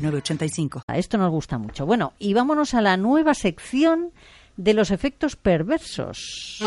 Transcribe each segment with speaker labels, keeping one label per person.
Speaker 1: 985.
Speaker 2: A Esto nos gusta mucho. Bueno, y vámonos a la nueva sección de los efectos perversos.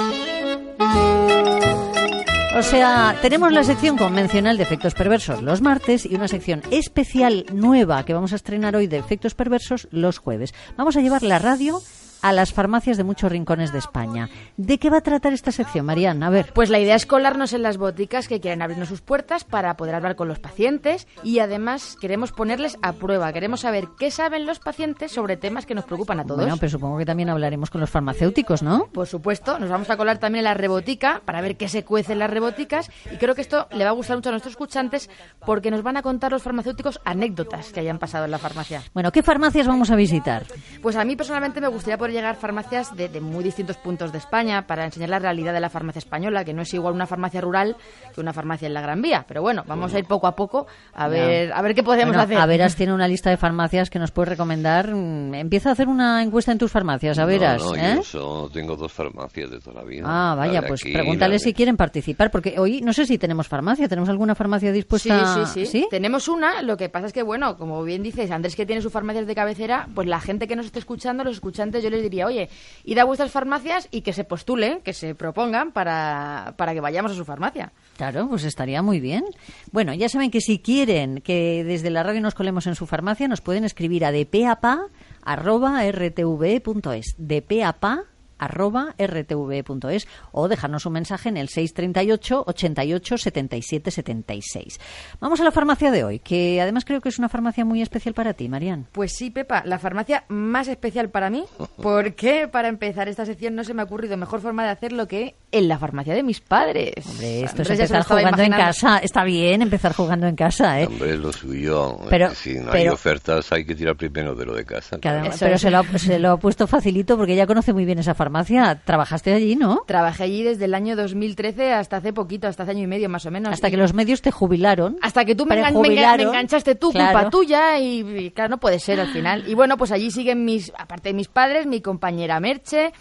Speaker 2: O sea, tenemos la sección convencional de efectos perversos los martes y una sección especial nueva que vamos a estrenar hoy de efectos perversos los jueves. Vamos a llevar la radio a las farmacias de muchos rincones de España. ¿De qué va a tratar esta sección, Mariana? A ver.
Speaker 3: Pues la idea es colarnos en las boticas que quieren abrirnos sus puertas para poder hablar con los pacientes y además queremos ponerles a prueba. Queremos saber qué saben los pacientes sobre temas que nos preocupan a todos.
Speaker 2: Bueno, pero supongo que también hablaremos con los farmacéuticos, ¿no?
Speaker 3: Por supuesto, nos vamos a colar también en la rebotica para ver qué se cuece en las reboticas y creo que esto le va a gustar mucho a nuestros escuchantes porque nos van a contar los farmacéuticos anécdotas que hayan pasado en la farmacia.
Speaker 2: Bueno, ¿qué farmacias vamos a visitar?
Speaker 3: Pues a mí personalmente me gustaría poder llegar farmacias de, de, muy distintos puntos de España para enseñar la realidad de la farmacia española, que no es igual una farmacia rural que una farmacia en la Gran Vía. Pero bueno, vamos bueno. a ir poco a poco a ver, no. a ver qué podemos bueno, hacer.
Speaker 2: A Veras tiene una lista de farmacias que nos puedes recomendar. Mm, Empieza a hacer una encuesta en tus farmacias, a Veras.
Speaker 4: No, no,
Speaker 2: ¿eh?
Speaker 4: yo solo tengo dos farmacias de toda la vida.
Speaker 2: Ah, vaya, pues aquí, pregúntale si quieren participar, porque hoy no sé si tenemos farmacia. ¿Tenemos alguna farmacia dispuesta?
Speaker 3: Sí, sí, sí, sí. Tenemos una, lo que pasa es que, bueno, como bien dices, Andrés que tiene sus farmacias de cabecera, pues la gente que nos esté escuchando, los escuchantes, yo les diría, oye, id a vuestras farmacias y que se postulen, que se propongan para, para, que vayamos a su farmacia.
Speaker 2: Claro, pues estaría muy bien. Bueno, ya saben que si quieren que desde la radio nos colemos en su farmacia, nos pueden escribir a depeapa.rtv.es. Depeapa arroba rtv.es o dejarnos un mensaje en el 638 88 77 76. Vamos a la farmacia de hoy, que además creo que es una farmacia muy especial para ti, Marian.
Speaker 3: Pues sí, Pepa, la farmacia más especial para mí, porque para empezar esta sección no se me ha ocurrido mejor forma de hacerlo que en la farmacia de mis padres.
Speaker 2: Hombre, esto Andrés es empezar jugando imaginando. en casa. Está bien empezar jugando en casa, ¿eh?
Speaker 4: Hombre, lo suyo. Pero, si no pero, hay ofertas, hay que tirar primero de lo de casa.
Speaker 2: Además, pero se lo, ha, se lo ha puesto facilito porque ella conoce muy bien esa farmacia farmacia. Trabajaste allí, ¿no?
Speaker 3: Trabajé allí desde el año 2013 hasta hace poquito, hasta hace año y medio más o menos.
Speaker 2: Hasta que los medios te jubilaron.
Speaker 3: Hasta que tú me, engan me enganchaste tú, claro. culpa tuya, y, y, claro, no puede ser al final. Y bueno, pues allí siguen mis, aparte de mis padres, mi compañera Merche.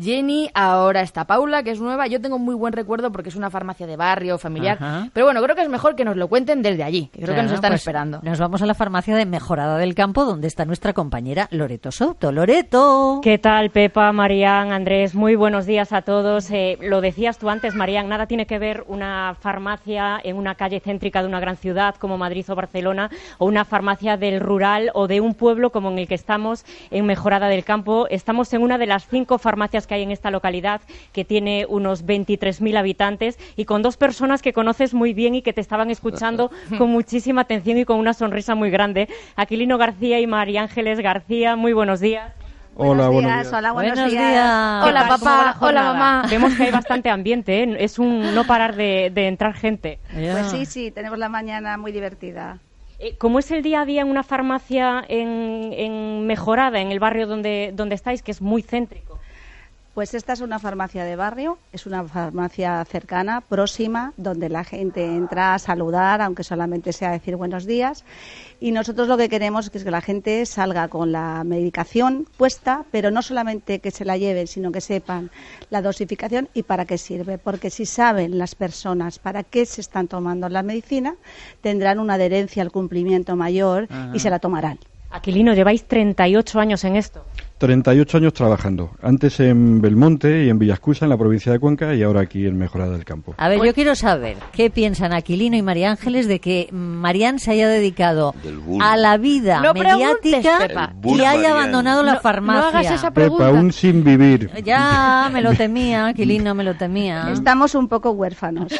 Speaker 3: Jenny, ahora está Paula, que es nueva. Yo tengo muy buen recuerdo porque es una farmacia de barrio, familiar. Ajá. Pero bueno, creo que es mejor que nos lo cuenten desde allí, que creo claro, que nos están pues esperando.
Speaker 2: Nos vamos a la farmacia de Mejorada del Campo, donde está nuestra compañera Loreto Soto. Loreto.
Speaker 5: ¿Qué tal, Pepa, Marían, Andrés? Muy buenos días a todos. Eh, lo decías tú antes, Marían, nada tiene que ver una farmacia en una calle céntrica de una gran ciudad como Madrid o Barcelona o una farmacia del rural o de un pueblo como en el que estamos en Mejorada del Campo. Estamos en una de las cinco farmacias que hay en esta localidad, que tiene unos 23.000 habitantes, y con dos personas que conoces muy bien y que te estaban escuchando con muchísima atención y con una sonrisa muy grande. Aquilino García y María Ángeles García, muy buenos días.
Speaker 6: Hola, buenos días. Hola,
Speaker 2: buenos, días. días.
Speaker 3: Hola, papá. Hola, mamá.
Speaker 5: Vemos que hay bastante ambiente, ¿eh? es un no parar de, de entrar gente.
Speaker 6: Yeah. Pues sí, sí, tenemos la mañana muy divertida.
Speaker 5: Eh, ¿Cómo es el día a día en una farmacia en, en Mejorada, en el barrio donde, donde estáis, que es muy céntrico?
Speaker 6: Pues esta es una farmacia de barrio, es una farmacia cercana, próxima, donde la gente entra a saludar, aunque solamente sea decir buenos días. Y nosotros lo que queremos es que la gente salga con la medicación puesta, pero no solamente que se la lleven, sino que sepan la dosificación y para qué sirve. Porque si saben las personas para qué se están tomando la medicina, tendrán una adherencia al cumplimiento mayor Ajá. y se la tomarán.
Speaker 5: Aquilino, lleváis 38 años en esto.
Speaker 6: 38
Speaker 7: años trabajando. Antes en Belmonte y en Villascusa, en la provincia de Cuenca, y ahora aquí en Mejorada del Campo.
Speaker 2: A ver, yo quiero saber qué piensan Aquilino y María Ángeles de que Marían se haya dedicado a la vida
Speaker 3: no
Speaker 2: mediática y haya abandonado la
Speaker 3: no,
Speaker 2: farmacia.
Speaker 3: No hagas esa pregunta.
Speaker 7: Pepa, un sin vivir.
Speaker 2: Ya, me lo temía, Aquilino, me lo temía.
Speaker 6: Estamos un poco huérfanos.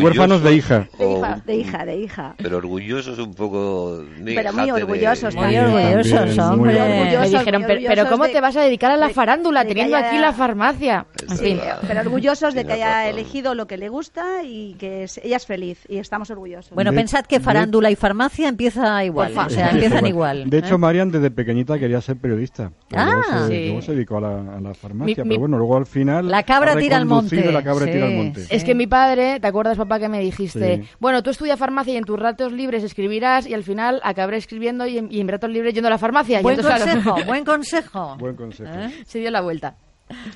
Speaker 7: huérfanos de hija.
Speaker 6: De hija, de hija, de hija.
Speaker 4: Pero orgullosos un poco. De
Speaker 6: Pero muy orgullosos
Speaker 2: de... también. Muy orgullosos, hombre.
Speaker 3: Muy orgullosos, me dijeron, pero, ¿cómo de... te vas a dedicar a la farándula teniendo aquí la farmacia?
Speaker 4: es
Speaker 6: Sí,
Speaker 4: verdad.
Speaker 6: pero orgullosos de
Speaker 4: Tienes
Speaker 6: que haya
Speaker 4: razón.
Speaker 6: elegido lo que le gusta y que es- ella es feliz y estamos orgullosos.
Speaker 2: Bueno,
Speaker 7: De-
Speaker 2: pensad que
Speaker 7: de-
Speaker 2: farándula y farmacia empieza igual,
Speaker 3: Por
Speaker 2: o sea,
Speaker 7: Empieza
Speaker 2: empiezan igual.
Speaker 7: De hecho,
Speaker 2: ¿eh?
Speaker 7: Marian desde pequeñita quería ser periodista. pero
Speaker 2: Ah.
Speaker 7: luego, se,
Speaker 3: Sí.
Speaker 7: luego se dedicó a la, a la farmacia.
Speaker 3: Mi-
Speaker 7: pero
Speaker 3: mi-
Speaker 7: bueno, luego al final.
Speaker 2: La cabra
Speaker 7: ha
Speaker 2: tira al
Speaker 7: reconducido
Speaker 2: monte.
Speaker 7: La cabra
Speaker 2: Sí,
Speaker 7: tira al monte.
Speaker 2: sí.
Speaker 3: Es que mi padre, ¿te acuerdas, papá, que me dijiste?
Speaker 7: Sí.
Speaker 3: Bueno, tú estudia farmacia y en tus ratos libres escribirás y al final acabaré escribiendo y en, y en mis ratos libres yendo a la farmacia. Y
Speaker 2: buen
Speaker 3: entonces, claro,
Speaker 2: consejo, buen consejo.
Speaker 7: Buen consejo.
Speaker 2: ¿Eh?
Speaker 3: se dio la vuelta.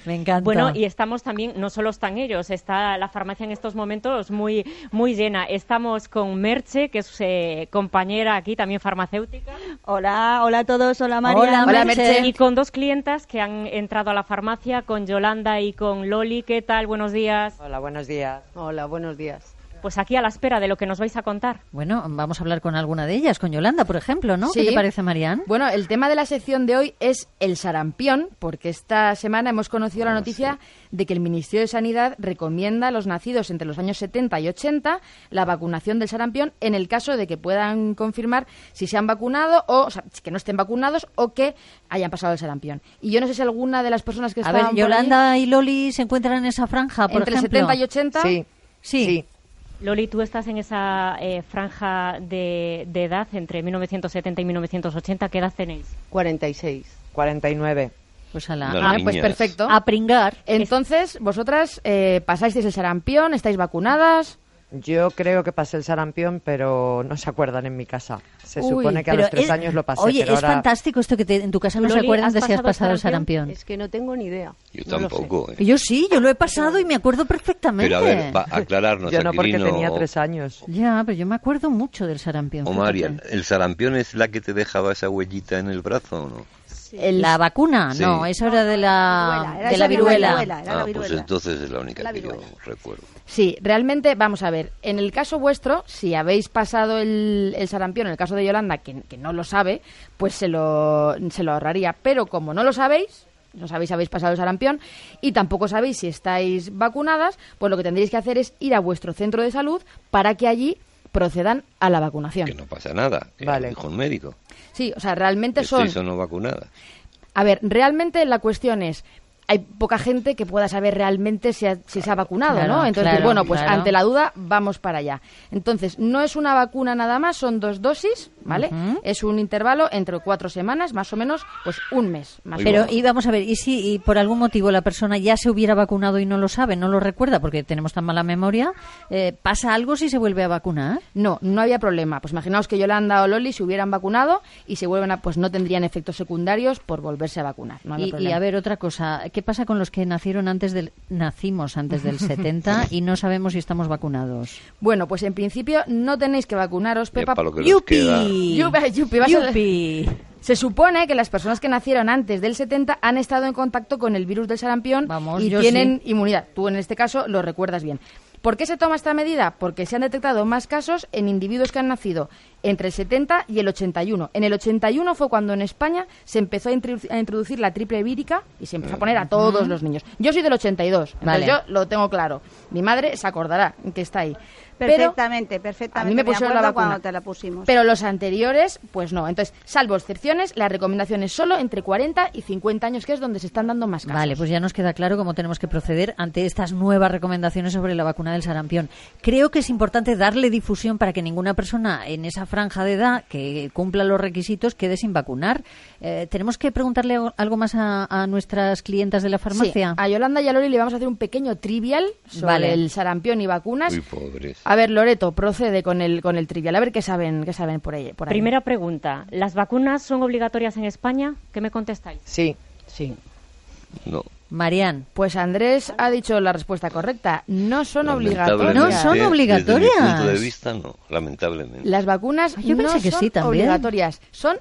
Speaker 2: Me encanta.
Speaker 5: Bueno, y estamos también, no solo están ellos, está la farmacia en estos momentos muy, muy llena. Estamos con Merche, que es eh, compañera aquí, también farmacéutica,
Speaker 8: Hola, hola a todos, hola María.
Speaker 2: Hola,
Speaker 3: Hola,
Speaker 2: Merche.
Speaker 3: Merche.
Speaker 5: y con dos clientas que han entrado a la farmacia, con Yolanda y con Loli. ¿Qué tal? Buenos días.
Speaker 9: Hola, buenos días.
Speaker 3: Hola, buenos días.
Speaker 5: Pues aquí a la espera de lo que nos vais a contar.
Speaker 2: Bueno, vamos a hablar con alguna de ellas, con Yolanda, por ejemplo, ¿no? ¿Qué
Speaker 3: Sí.
Speaker 2: te parece, Marian?
Speaker 3: Bueno, el tema de la sección de hoy es el sarampión, porque esta semana hemos conocido
Speaker 2: Ah,
Speaker 3: la noticia de que el Ministerio de Sanidad recomienda a los nacidos entre los años 70 y 80 la vacunación del sarampión en el caso de que puedan confirmar si se han vacunado o, o sea, que no estén vacunados o que hayan pasado el sarampión. Y yo no sé si alguna de las personas
Speaker 2: A
Speaker 3: que estaban
Speaker 2: ver,
Speaker 3: por allí,
Speaker 2: Yolanda y Loli se encuentran en esa franja, por
Speaker 3: entre
Speaker 2: ejemplo.
Speaker 3: 70 y 80
Speaker 9: Sí,
Speaker 2: Sí.
Speaker 9: sí.
Speaker 5: Loli, tú estás en esa eh, franja de, de edad entre 1970 y 1980. ¿Qué edad tenéis?
Speaker 9: 46, 49.
Speaker 2: Pues a la...
Speaker 4: Dale.
Speaker 3: Ah,
Speaker 4: Las
Speaker 3: pues
Speaker 4: niñas.
Speaker 3: perfecto.
Speaker 2: A pringar.
Speaker 3: Eh, Entonces, vosotras eh, pasasteis el sarampión, estáis vacunadas.
Speaker 9: Yo creo que pasé el sarampión, pero no se acuerdan en mi casa. Se
Speaker 3: Uy,
Speaker 9: supone que a los tres
Speaker 2: es-
Speaker 9: años lo pasé,
Speaker 2: Oye,
Speaker 9: pero
Speaker 2: es
Speaker 9: ahora...
Speaker 2: fantástico esto que te- en tu casa no se
Speaker 5: Loli,
Speaker 2: acuerdan
Speaker 5: ¿has
Speaker 2: de si has
Speaker 5: pasado
Speaker 2: pasado el
Speaker 5: sarampión?
Speaker 2: sarampión.
Speaker 8: Es que no tengo ni idea.
Speaker 4: Yo
Speaker 8: No lo sé.
Speaker 4: tampoco, ¿eh?
Speaker 2: Yo sí, yo lo he pasado y me acuerdo perfectamente.
Speaker 4: Pero a ver, va, aclararnos,
Speaker 9: Yo no, porque
Speaker 4: Aquilino
Speaker 9: tenía
Speaker 4: o-
Speaker 9: tres años.
Speaker 2: Ya, pero yo me acuerdo mucho del sarampión.
Speaker 4: o
Speaker 2: fíjate.
Speaker 4: Marian, ¿el sarampión es la que te dejaba esa huellita en el brazo o no?
Speaker 3: El-
Speaker 2: La vacuna,
Speaker 4: Sí.
Speaker 2: no, esa era de la,
Speaker 6: Viruela, era
Speaker 2: de la
Speaker 6: esa
Speaker 2: viruela.
Speaker 6: viruela, era la
Speaker 4: ah, pues
Speaker 6: viruela.
Speaker 4: entonces es la única
Speaker 6: La
Speaker 4: que yo
Speaker 6: viruela.
Speaker 4: recuerdo.
Speaker 3: Sí, realmente, vamos a ver, en el caso vuestro, si habéis pasado el, el sarampión, en el caso de Yolanda, que, que no lo sabe, pues se lo, se lo ahorraría. Pero como no lo sabéis, no sabéis si habéis pasado el sarampión y tampoco sabéis si estáis vacunadas, pues lo que tendréis que hacer es ir a vuestro centro de salud para que allí procedan a la vacunación.
Speaker 4: Que no pasa nada, que
Speaker 9: Vale.
Speaker 4: dijo un médico.
Speaker 3: Sí, o sea, realmente son...
Speaker 4: Estoy o no vacunada.
Speaker 3: A ver, realmente la cuestión es, hay poca gente que pueda saber realmente si, ha- si se ha vacunado,
Speaker 2: Claro,
Speaker 3: ¿no? Entonces,
Speaker 2: claro,
Speaker 3: bueno, pues
Speaker 2: claro.
Speaker 3: ante la duda vamos para allá. Entonces, no es una vacuna nada más, son dos dosis, ¿vale?
Speaker 2: Ujú.
Speaker 3: Es un intervalo entre cuatro semanas, más o menos, pues un mes. Más o
Speaker 4: Muy
Speaker 2: Pero
Speaker 3: menos.
Speaker 4: bueno.
Speaker 2: y vamos a ver, y si y por algún motivo la persona ya se hubiera vacunado y no lo sabe, no lo recuerda porque tenemos tan mala memoria, eh, ¿pasa algo si se vuelve a vacunar?
Speaker 3: No, no había problema. Pues imaginaos que Yolanda o Loli se hubieran vacunado y se vuelven a, pues no tendrían efectos secundarios por volverse a vacunar. No había
Speaker 2: Y, y
Speaker 3: problema.
Speaker 2: a ver, otra cosa, ¿qué pasa con los que nacieron antes del, nacimos antes del 70 y no sabemos si estamos vacunados?
Speaker 3: Bueno, pues en principio no tenéis que vacunaros, Pepa.
Speaker 4: Ya para lo que nos queda.
Speaker 3: Yupi, yupi, vas a-
Speaker 2: Yupi.
Speaker 3: Se supone que las personas que nacieron antes del 70 han estado en contacto con el virus del sarampión
Speaker 2: Vamos,
Speaker 3: y
Speaker 2: yo
Speaker 3: tienen inmunidad. Tú en este caso lo recuerdas bien. ¿Por qué se toma esta medida? Porque se han detectado más casos en individuos que han nacido entre el 70 y el 81. En el 81 fue cuando en España se empezó a, introdu- a introducir la triple vírica y se empezó a poner a todos los niños. Yo soy del 82, entonces
Speaker 2: Vale.
Speaker 3: yo lo tengo claro. Mi madre se acordará que está ahí. Pero-
Speaker 6: Perfectamente, perfectamente.
Speaker 3: a mí me pusieron la
Speaker 6: acuerdo
Speaker 3: vacuna.
Speaker 6: cuando te la pusimos.
Speaker 3: Pero los anteriores, pues no. Entonces, salvo excepciones, la recomendación es solo entre 40 y 50 años, que es donde se están dando más casos.
Speaker 2: Vale, pues ya nos queda claro cómo tenemos que proceder ante estas nuevas recomendaciones sobre la vacuna del sarampión. Creo que es importante darle difusión para que ninguna persona en esa franja de edad que cumpla los requisitos quede sin vacunar. Eh, tenemos que preguntarle algo- algo más a, a nuestras clientas de la farmacia.
Speaker 3: Sí, a Yolanda y a Lori le vamos a hacer un pequeño trivial sobre
Speaker 2: Vale.
Speaker 3: el sarampión y vacunas.
Speaker 4: Muy pobres.
Speaker 3: A ver, Loreto, procede con el con el trivial. A ver qué saben, qué saben por ahí. Por ahí.
Speaker 5: Primera pregunta, ¿las vacunas son obligatorias en España? ¿Qué me contestáis?
Speaker 9: Sí, sí.
Speaker 4: No.
Speaker 2: Marian,
Speaker 3: Pues Andrés ha dicho la respuesta correcta. No son obligatorias.
Speaker 4: lamentablemente,
Speaker 2: No son
Speaker 4: desde mi
Speaker 2: obligatorias.
Speaker 4: punto de vista, no, lamentablemente.
Speaker 3: Las vacunas
Speaker 2: Ah, yo
Speaker 3: no
Speaker 2: pensé que
Speaker 3: son
Speaker 2: sí, también.
Speaker 3: obligatorias, son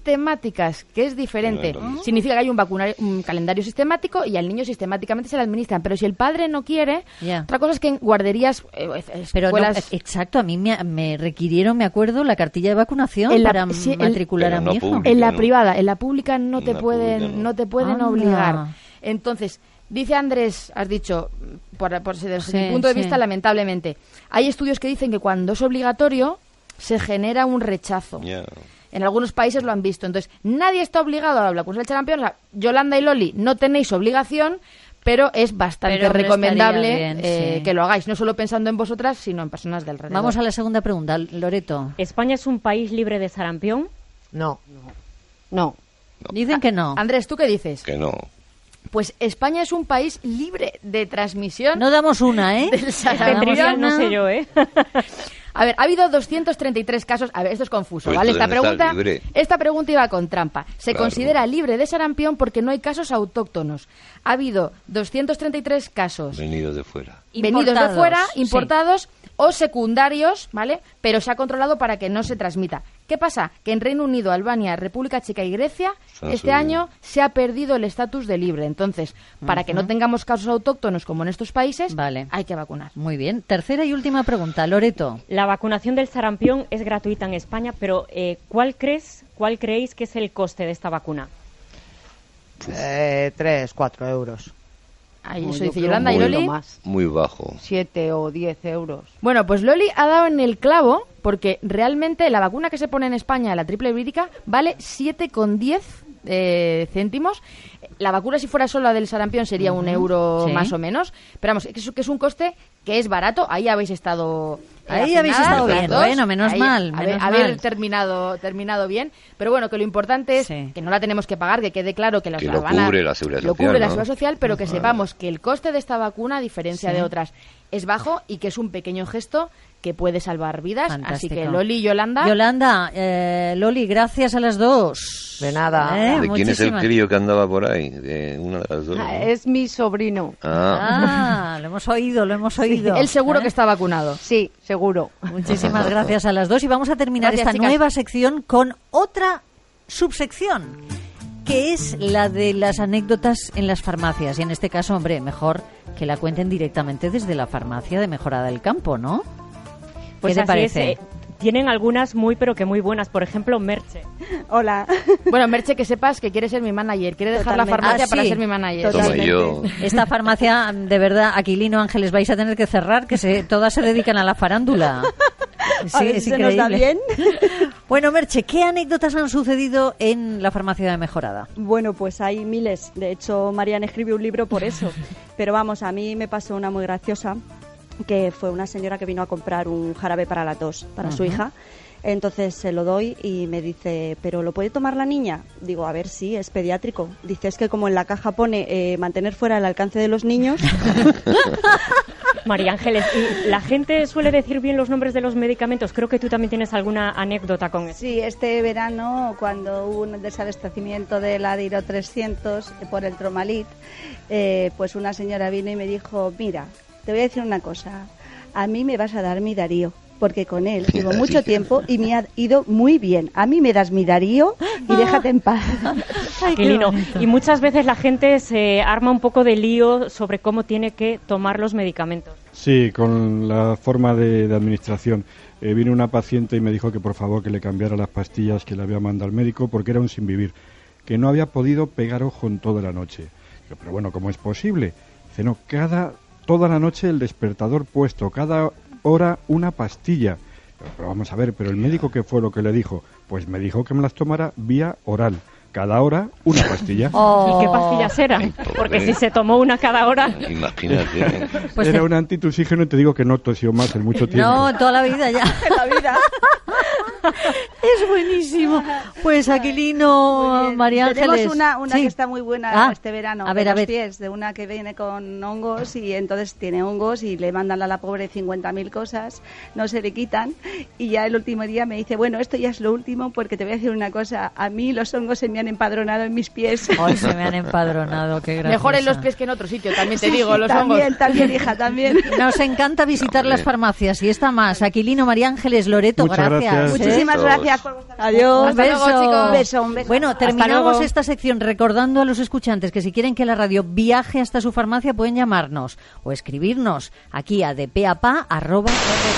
Speaker 3: sistemáticas, que es diferente.
Speaker 4: No es lo mismo.
Speaker 3: Significa que hay un, vacunario- un calendario sistemático y al niño sistemáticamente se le administran. Pero si el padre no quiere,
Speaker 2: Ya.
Speaker 3: otra cosa es que en guarderías, eh, es-
Speaker 2: pero no- eh,
Speaker 3: escuelas...
Speaker 2: exacto, a mí me, me requirieron, me acuerdo, la cartilla de vacunación
Speaker 3: En la-
Speaker 2: para
Speaker 3: sí, el-
Speaker 2: matricular
Speaker 4: Pero
Speaker 2: a
Speaker 4: no
Speaker 2: mi hijo.
Speaker 4: pública.
Speaker 3: en la
Speaker 4: ¿no?
Speaker 3: privada, en la pública no
Speaker 4: En
Speaker 3: te
Speaker 4: la
Speaker 3: pueden,
Speaker 4: pública
Speaker 3: no.
Speaker 4: no.
Speaker 3: te pueden
Speaker 2: Anda.
Speaker 3: obligar. Entonces, dice Andrés, has dicho, por, por- desde
Speaker 2: Sí,
Speaker 3: mi punto de
Speaker 2: sí.
Speaker 3: vista, lamentablemente, hay estudios que dicen que cuando es obligatorio se genera un rechazo.
Speaker 4: Ya.
Speaker 3: En algunos países lo han Pues visto. Entonces, nadie está obligado a la vacuna del sarampión. O sea, Yolanda y Loli no tenéis obligación, pero es bastante
Speaker 10: Pero, pero
Speaker 3: recomendable
Speaker 10: estaría bien,
Speaker 3: eh,
Speaker 10: sí.
Speaker 3: que lo hagáis, no solo pensando en vosotras, sino en personas del alrededor.
Speaker 2: Vamos a la segunda pregunta, Loreto.
Speaker 5: ¿España es un país libre de sarampión?
Speaker 9: No.
Speaker 2: No. Dicen que no.
Speaker 3: Andrés, ¿tú qué dices?
Speaker 4: Que no.
Speaker 3: Pues España es un país libre de transmisión
Speaker 2: No damos una, ¿eh?
Speaker 3: del sarampión.
Speaker 5: Tendrían, no sé yo, ¿eh?
Speaker 3: A ver, ha habido 233 casos. A ver, esto es confuso,
Speaker 4: Pues
Speaker 3: ¿vale? Esta
Speaker 4: entonces no está
Speaker 3: pregunta,
Speaker 4: libre.
Speaker 3: esta pregunta iba con trampa. Se
Speaker 4: Claro.
Speaker 3: considera libre de sarampión porque no hay casos autóctonos. Ha habido 233 casos
Speaker 4: Venido de fuera.
Speaker 3: venidos de
Speaker 2: Importados,
Speaker 3: fuera,
Speaker 2: sí.
Speaker 3: importados o secundarios, ¿vale? Pero se ha controlado para que no se transmita. ¿Qué pasa? Que en Reino Unido, Albania, República Checa y Grecia,
Speaker 4: Se ha
Speaker 3: este
Speaker 4: subido.
Speaker 3: año se ha perdido el estatus de libre. Entonces, para que no tengamos casos autóctonos como en estos países,
Speaker 2: Vale.
Speaker 3: hay que vacunar.
Speaker 2: Muy bien. Tercera y última pregunta, Loreto.
Speaker 5: La vacunación del sarampión es gratuita en España, pero eh, ¿cuál crees, cuál creéis que es el coste de esta vacuna?
Speaker 9: Eh, tres, cuatro euros.
Speaker 3: Ahí
Speaker 10: Uy,
Speaker 3: eso
Speaker 10: yo
Speaker 3: dice
Speaker 10: creo
Speaker 3: Yolanda y
Speaker 10: un
Speaker 4: Muy-
Speaker 3: Loli.
Speaker 10: más.
Speaker 4: Muy bajo.
Speaker 10: 7 o 10 euros.
Speaker 3: Bueno, pues Loli ha dado en el clavo porque realmente la vacuna que se pone en España, la triple vírica, vale 7,10 eh, céntimos. La vacuna si fuera solo la del sarampión sería un euro
Speaker 2: sí.
Speaker 3: más o menos. Pero vamos, que es, que es un coste que es barato. Ahí habéis estado... eh,
Speaker 2: Ahí habéis
Speaker 3: afinadas,
Speaker 2: estado
Speaker 3: las
Speaker 2: bien.
Speaker 3: dos.
Speaker 2: Bueno, menos mal,
Speaker 3: habe-
Speaker 2: menos
Speaker 3: haber
Speaker 2: mal.
Speaker 3: terminado terminado bien. Pero bueno, que lo importante es
Speaker 2: Sí.
Speaker 3: que no la tenemos que pagar, que quede claro que, la
Speaker 4: Que
Speaker 3: la
Speaker 4: lo
Speaker 3: van a-
Speaker 4: cubre la Seguridad
Speaker 3: lo
Speaker 4: Social,
Speaker 3: cubre la
Speaker 4: ¿no?
Speaker 3: Seguridad Social, pero que
Speaker 4: Vale.
Speaker 3: sepamos que el coste de esta vacuna, a diferencia
Speaker 2: Sí.
Speaker 3: de otras, es bajo y que es un pequeño gesto que puede salvar vidas.
Speaker 2: Fantástico.
Speaker 3: Así que Loli y Yolanda,
Speaker 2: Yolanda, eh, Loli, gracias a las dos.
Speaker 9: De nada.
Speaker 2: Eh,
Speaker 4: ¿De quién es el
Speaker 2: muchísimas-
Speaker 4: crío que andaba por ahí? De una de las dos.
Speaker 10: Ah,
Speaker 4: ¿no?
Speaker 10: Es mi sobrino.
Speaker 4: Ah,
Speaker 2: Ah, lo hemos oído, lo hemos oído.
Speaker 3: él seguro
Speaker 2: ¿Eh?
Speaker 3: que está vacunado.
Speaker 10: Sí, seguro.
Speaker 2: Muchísimas gracias a las dos y vamos a terminar
Speaker 3: Gracias,
Speaker 2: esta
Speaker 3: chicas.
Speaker 2: nueva sección con otra subsección, que es la de las anécdotas en las farmacias. Y en este caso, hombre, mejor que la cuenten directamente desde la farmacia de Mejorada del Campo, ¿no? ¿Qué te
Speaker 3: Pues
Speaker 5: así
Speaker 2: parece?
Speaker 5: es, eh, tienen algunas muy, pero que muy buenas. Por ejemplo, Merche.
Speaker 8: Hola.
Speaker 3: Bueno, Merche, que sepas que quiere ser mi manager. Quiere dejar la
Speaker 8: Totalmente.
Speaker 3: farmacia
Speaker 2: Ah,
Speaker 3: para
Speaker 2: sí.
Speaker 3: ser mi manager.
Speaker 4: toma
Speaker 8: totalmente.
Speaker 4: yo.
Speaker 2: Esta farmacia, de verdad, Aquilino Ángeles, vais a tener que cerrar, que se, todas se dedican a la farándula. Sí,
Speaker 8: a ver
Speaker 2: es
Speaker 8: si se nos da
Speaker 2: increíble.
Speaker 8: bien.
Speaker 2: Bueno, Merche, ¿qué anécdotas han sucedido en la farmacia de Mejorada?
Speaker 8: Bueno, pues hay miles. De hecho, Marian escribió un libro por eso. Pero vamos, a mí me pasó una muy graciosa, que fue una señora que vino a comprar un jarabe para la tos, para su hija. Entonces se lo doy y me dice, ¿pero lo puede tomar la niña? Digo, a ver, sí, es pediátrico. Dice, es que como en la caja pone eh, mantener fuera el alcance de los niños,
Speaker 5: María Ángeles, y la gente suele decir bien los nombres de los medicamentos. Creo que tú también tienes alguna anécdota con eso.
Speaker 6: Sí, este verano, cuando hubo un desabastecimiento de la Diro 300 por el Tromalit, eh, pues una señora vino y me dijo, mira, te voy a decir una cosa, a mí me vas a dar mi Darío, porque con él llevo mucho tiempo y me ha ido muy bien. A mí me das mi Darío
Speaker 8: Ah.
Speaker 6: y déjate en paz.
Speaker 5: Aquilino. Y muchas veces la gente se arma un poco de lío sobre cómo tiene que tomar los medicamentos.
Speaker 7: Sí, con la forma de, de administración. Eh, vino una paciente y me dijo que por favor que le cambiara las pastillas que le había mandado el médico porque era un sin vivir, que no había podido pegar ojo en toda la noche. Digo, pero bueno, ¿cómo es posible? Dice, no, cada, toda la noche el despertador puesto, cada hora una pastilla. Digo, Pero vamos a ver, pero el médico qué fue lo que le dijo? Pues me dijo que me las tomara vía oral, cada hora una pastilla.
Speaker 2: Oh,
Speaker 5: ¿Y qué pastillas eran?
Speaker 4: Ay,
Speaker 5: Porque
Speaker 4: pobre.
Speaker 5: si se tomó una cada hora.
Speaker 4: Imagínate.
Speaker 2: Pues
Speaker 7: era
Speaker 2: te-
Speaker 7: un antitusígeno y te digo que no tosió más en mucho tiempo.
Speaker 2: No, toda la vida ya.
Speaker 8: en la vida.
Speaker 2: Es buenísimo. Pues
Speaker 6: Muy
Speaker 2: Aquilino,
Speaker 6: bien.
Speaker 2: Oh, María Ángeles.
Speaker 6: Tenemos una, una
Speaker 2: Sí.
Speaker 6: que está muy buena
Speaker 2: Ah,
Speaker 6: este verano.
Speaker 2: A ver,
Speaker 6: de
Speaker 2: a
Speaker 6: los
Speaker 2: ver.
Speaker 6: pies, de una que viene con hongos y entonces tiene hongos y le mandan a la pobre 50.000 cosas, no se le quitan. Y ya el último día me dice, bueno, esto ya es lo último porque te voy a decir una cosa. A mí los hongos se me han empadronado en mis pies.
Speaker 2: Ay, se me han empadronado, qué graciosa.
Speaker 3: Mejor en los pies que en otro sitio, también te digo, los
Speaker 6: también,
Speaker 3: hongos.
Speaker 6: también, hija, también.
Speaker 2: Nos encanta visitar
Speaker 4: Hombre.
Speaker 2: las farmacias y esta más. Aquilino, María Ángeles, Loreto,
Speaker 7: Muchas gracias.
Speaker 2: ¿eh?
Speaker 6: Muchísimas
Speaker 4: Todos.
Speaker 6: gracias por vuestra
Speaker 8: Adiós.
Speaker 2: Un
Speaker 3: Hasta luego,
Speaker 2: beso.
Speaker 3: chicos.
Speaker 6: Un beso, un beso.
Speaker 2: Bueno,
Speaker 3: Hasta
Speaker 2: terminamos
Speaker 3: luego.
Speaker 2: esta sección recordando a los escuchantes que si quieren que la radio viaje hasta su farmacia pueden llamarnos o escribirnos aquí a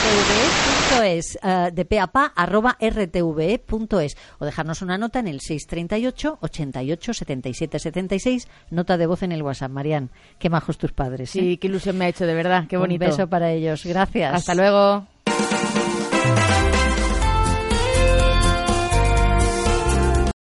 Speaker 2: depeapa.rtve.es eh, depeapa.rtve.es o dejarnos una nota en el 638 88 77 76 nota de voz en el WhatsApp. Marian, qué majos tus padres. ¿eh?
Speaker 3: Sí, qué ilusión me ha hecho, de verdad. Qué bonito.
Speaker 2: Un beso para ellos. Gracias.
Speaker 3: Hasta luego.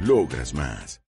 Speaker 7: Logras más.